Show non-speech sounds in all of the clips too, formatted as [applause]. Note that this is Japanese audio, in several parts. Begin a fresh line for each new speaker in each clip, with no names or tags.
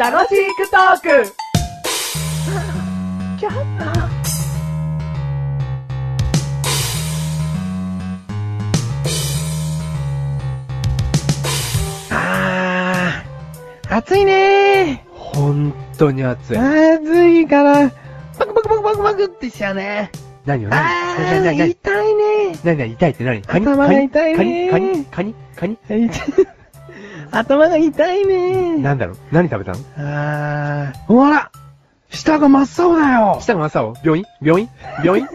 楽しくトーク
あー、暑いね
本当に暑い。
ー。暑いから、バクバクバクバクバクってしちゃうね。
何よ、
あ
何
ー、
何何
痛いね
何何痛いって何カニ
頭が痛い
カ
ね
ニカニカニカニカ
[laughs] 頭が痛い
ニ
ね
なんだろう何食べたの
あー、ほら舌が真っ青だよ
下が真っ青病院病院病院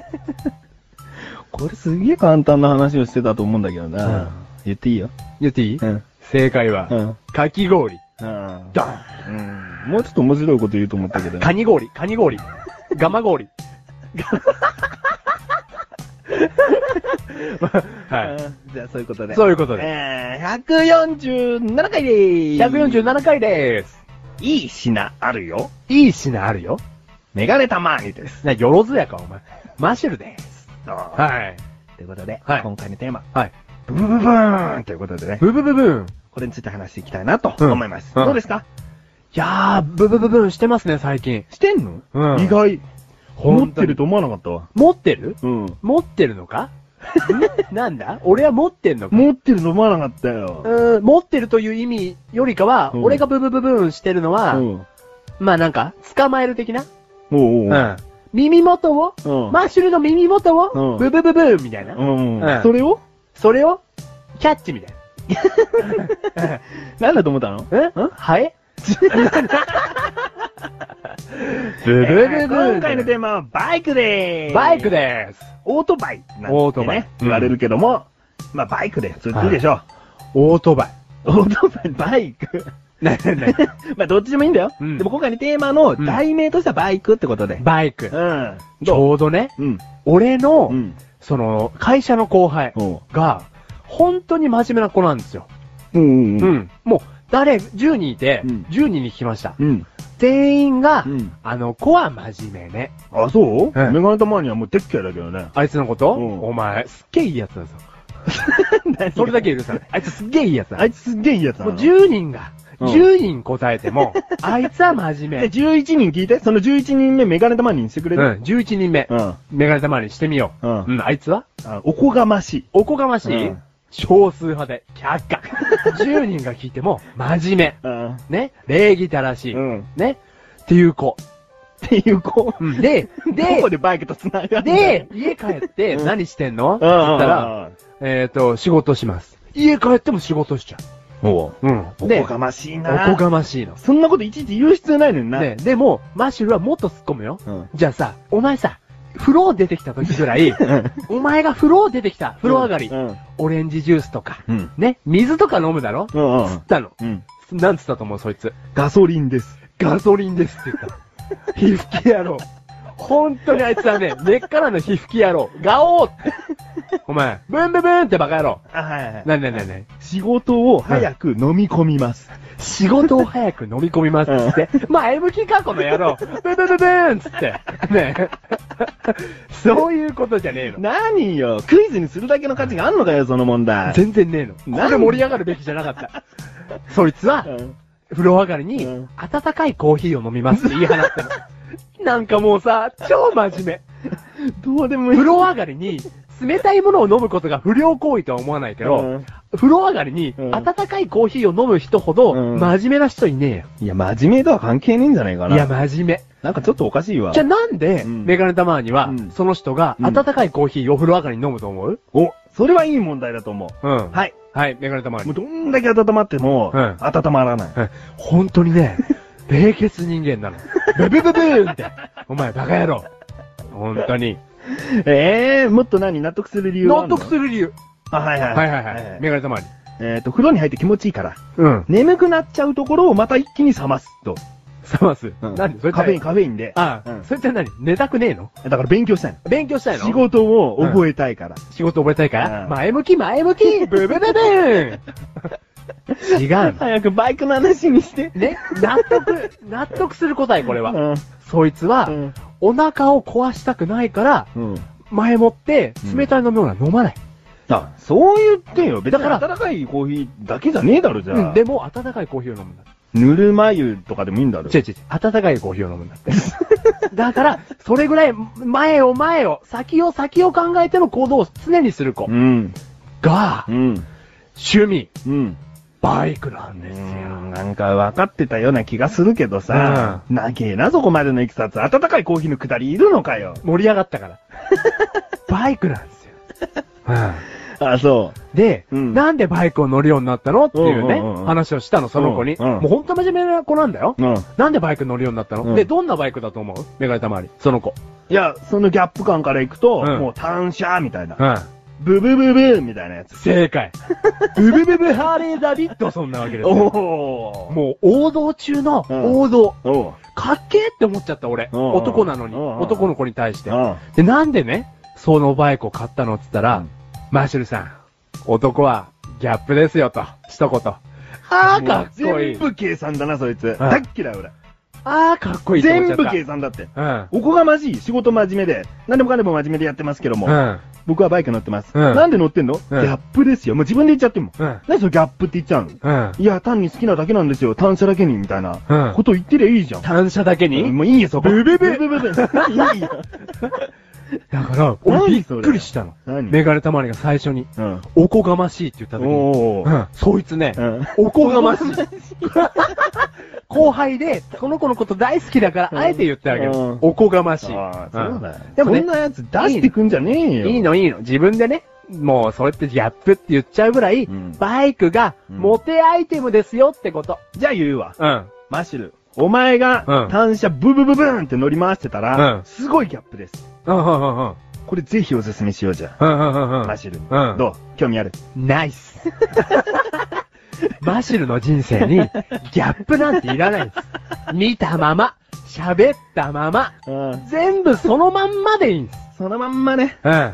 これすげえ簡単な話をしてたと思うんだけどな。
うん
言っていいよ。
言っていい
うん。
正解は
う、ん。
かき氷。
うん
ドン
もうちょっと面白いこと言うと思ったけどね
カニ氷、カニ氷。ガマ氷。は
うんじゃあそういうこと
い。
で。
そう
う
いうことで。
えー、147回でーす。
147回でーす。
いい品あるよ。
いい品あるよ。
メガネたまーにです。
な、よろずやか、お前。マシュルです。
は
はい。
い。ということで、
はい
今回のテーマ、
はい。
ブブブブーンということでね、
ブブブブーン。
これについて話していきたいなと
うん
思います。
うん
どうですか
いやー、ブブブブーンしてますね、最近。
してんの
うん
意外。持
本
っ
当
て
に
ると思わなかったわ。
持ってる
うん。
持ってるのか
[laughs]
んなんだ俺は持ってんのか
持ってると思わなかったよ。
うーん、持ってるという意味よりかは、
うん
俺がブブブブーンしてるのは、
うん。
まあなんか、捕まえる的な、
おうおう。
耳元を、
うん
マッシュルの耳元を、
うん
ブブブブーンみたいな、
う。
うんん
それを
それを、キャッチみたい
なんだと思ったの
な。んんハエブブブブ [laughs] ーン、
今回のテーマはバイクでーす。
バイクです。
オートバイなんて、ね、
オートバイ
言われるけども、まあバイクで、それでいいでしょう。
オートバイ。
オートバイ、バイク。
な、な、な、
[laughs] まあどっちでもいいんだよ。
うん
でも今回のテーマの題名としてはバイクってことで。
バイク。
うん。
ちょうどね、
ううん。
俺の、
うん。
その、会社の後輩
おう
が、本当に真面目な子なんですよ。
うんうん
う
うん。
ん。もう、誰、10人いて、
うん
10人に聞きました。
うん。
全員が、
うん
あの子は真面目ね。
あ、そうメ
ええ
ガネたまにはもうでっけえだけど [laughs] ね。
あいつのこと、
うん
お前、すっげえいいやつだぞ。それだけ許さない。あいつすっげえいいやつだ。
あいつすっげえいいやつな
もう
の。
10人が、
うん
10人答えて
[laughs]
も、あいつは真面
で、
目。
11人聞いて、その11人目メガネたまににしてくれ
うん
る。、
11人目。
うん。
メガネ玉にしてみよう。
うん
うん、あいつは
あおこがましい。
おこがましい、
うん
少数派で、却
[laughs]
下。10人が聞いても、真面
うん。
目。ね。礼儀正しい。
うん
ね。っていう子。
っていう子。
うん、
[laughs]
で、
どこ
で、
でバイクと繋がるんだよ
で、、家帰って
うん
何してんのって
うん
言
うんうん
ったら、えっ、と、仕事します。家帰っても仕事しちゃ
おう
う。うん。で、お
おこ
こ
がましいな。
がましいの。
そんなこといちいち言う必要ないのにな。
ね、でも、マッシュルはもっと突っ込むよ。
うん
じゃあさ、お前さ、風呂出てきた時ぐらい、
[laughs]
お前が風呂出てきた、風呂上がり、
うん。
オレンジジュースとか、
うん。
ね、水とか飲むだろ
うんう
つっ
ん。
たの。
うん。
なんつったと思う、そいつ。
ガソリンです。
ガソリンですって言った。皮膚き野郎。本当にあいつはね、根っからの皮膚き野郎。ガオーって。お前、ブンブンブンってバカ野郎。
あ、はいはい。
なになになになに
仕事を早く飲み込みます。
仕事を早く飲み込みますって言って、前向きかこの野郎。ブンブンブンブンっつって。ねえそういうことじゃねえの。
何よ、クイズにするだけの価値があんのかよ、その問題。
全然ねえの。
なん
これ盛り上がるべきじゃなかった。そいつは、
うん
風呂上がりに
うん、
温かいコーヒーを飲みますって言い放ったの。
[laughs]
なんかもうさ、超真面目。
どうでもいい。
風呂上がりに、冷たいものを飲むことが不良行為とは思わないけど、
うん
風呂上がりに、
うん
温かいコーヒーを飲む人ほど、
うん
真面目な人いね
いや、真面目とは関係ねえんじゃないか
え
な。
よ。いや、真面目。
なんかちょっとおかしいわ。
じゃあなんで、
うん
メガネたまーには、
うん
その人が、
うん
温かいコーヒーを風呂上がりに飲むと思う
お、それはいい問題だと思う。
うん。はい。
はい。
メガネたまー
もう
に。
どんだけ温まっても、
うん
温まらない。
はい本当に
[laughs]
ね、冷血人間なの。ブブブブーンって。お前、バカ野郎。本当に。
ええー、もっと何納得する理由はあ
納
んの
得する理由。
あ、はいはい。
はいはいはい。メガネたまーに。
えっと、風呂に入って気持ちいいから、
うん。
眠くなっちゃうところをまた一気に冷ますと。
冷ます。
うん
なんでそれって
カフェイン、カフェインで。
ああ、
うん
それって何寝たくねえの
だから勉強したいの。
勉強したいの
仕事を覚えたいから。
仕事覚えたいから、
うん
前向き前向
[laughs]
きブブブブーン違うの。
早くバイクの話にして。
ね、納得、納得する答え、これ
う
は。
ん。
そいつ
う
は、
ん
お腹を壊したくないから、
うん。
前もって、冷たい飲み物は飲まない。
あ、そう言ってよ。別に
だから
温かいコーヒーだけじゃねえだろ、じゃあ。
うん、でも、温かいコーヒーを飲むんだ。
ぬるま湯とかでもいいんだろ。
違う違う違う、温かいコーヒーを飲むんだって。 [laughs] だから、それぐらい、前を前を、先を先を考えての行動を常にする子
うん。
が
う、ん。
趣味、
うん。
バイクなん
う
ですよ。
ーんなんか分かってたような気がするけどさ。なげえな、そこまでのいきさつ。温かいコーヒーのくだりいるのかよ。
盛り上がった
[laughs]
から。バイクなんですよ。
あ、そ
で、
うん
なんでバイクを乗るようになったのっていうね、
うんうんうん
話をしたの、その子に。
うんうん
もうほんと真面目な子なんだよ。
う。うん。
なんでバイク乗るようになったの、
うん
で、どんなバイクだと思うメガネたまり。その子。
いや、そのギャップ感からいくと、
うん
もう単車みたいな。
ん。
ブブブブーみたいなやつ。
正
[laughs]
解。ブブブブハーレー・ダビッドソンなわけですよ。
おー。
もう王道中の
うん
王道。
おう。
かっけーって思っちゃった俺。
うんうん
男なのに。
うんうん
男の子に対して。
うん
で、なんでね、そのバイクを買ったのって言ったら、
うん
マーシュルさん、男はギャップですよと、一言。あーかっこいい
全。部計算だな、そいつ。大っ嫌い俺。
あーかっこいいって思っちゃ
全
った。
部計算だって。
うん。
おこがましい。仕事真面目で。何でもかんでも真面目でやってますけども。
うん。
僕はバイク乗ってます。
うん
なんで乗ってんの、
うん
ギャップですよ。もう自分で言っちゃっても。
うん。
何それギャップって言っちゃうの
うん。
いや、単に好きなだけなんですよ。単車だけに、みたいな。
うん
こと言ってりゃいいじゃん。
単車だけに、
もういいよ、そこ。
ブブブ
ブブブブ。いいよ。
だから、
何
俺びっ
それ
くりしたの。
何
メガネたまりが最初に、
うん。
おこがましいって言った時に、う
おー。
ん。そいつね、
うん。
おこがましい。後輩で、この子のこと大好きだから、
うん
あえて言ってあげる
うん。
おこがましい。
ああ、
う
そうんだよ。
でもね
そんなやつ出してくんじゃねえよ。
いいのいいの。自分でね、もうそれってギャップって言っちゃうぐらい、
うん
バイクが
うん
モテアイテムですよってこと。
じゃあ言うわ。
うん。
マッシュル。お前
う
が
ん
単車ブブブブーンって乗り回してたら、
うん
すごいギャップです。
うん、うん、うん、うん。
これぜひおすすめしようじゃん。
うん、うん、
マッシュルに。
うん
どう興味ある
ナイス。マシルの人生にギャップなんていらないです。見たまま、喋ったまま、
うん。
全部そのまんまでいいんです。
そのまんまね。
う。
うんん。わ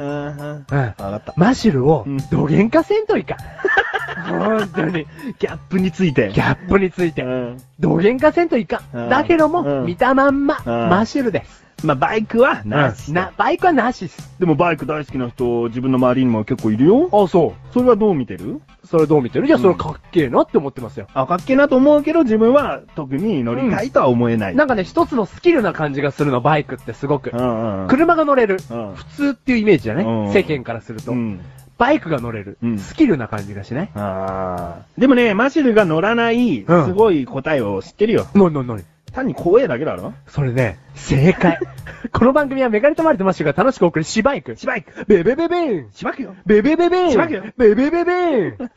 うん。
かった。
マシルを
うん
どげんかせんとい [laughs] かん。本当に。
ギャップについて。
ギャップについて
う。ん。
どげんかせんといか。
うんん
だけど
う
も、
ん
見たまんま、
うん
マシルです。
まあ、バイクはなし。
な、バイクはなしっす。
でもバイク大好きな人、自分の周りにも結構いるよ。
あ、そ
それはどう見てる
う。それどう見てるじゃあ
うん
それかっけえなって思ってますよ。
あ、かっけえなと思うけど、自分は特に乗りたいとは思えない。
なんかね、一つのスキルな感じがするの、バイクってすごく
う。んうん。
車が乗れる。
うん。
普通っていうイメージだね。
うん
世間からすると。
うん。
バイクが乗れる、
うん
スキルな感じがしない
ああ。でもね、マシルが乗らない、
うん
すごい答えを知ってるよ。
のにのにのに。
単に怖えだけだろ
それね、正
[laughs]
解。この番組はメガネとマリとマッシュが楽しくお送るシバイク。
しばいく
ベベベベーン
しばくよ
ベベベベーン
しばくよ
ベベベベーン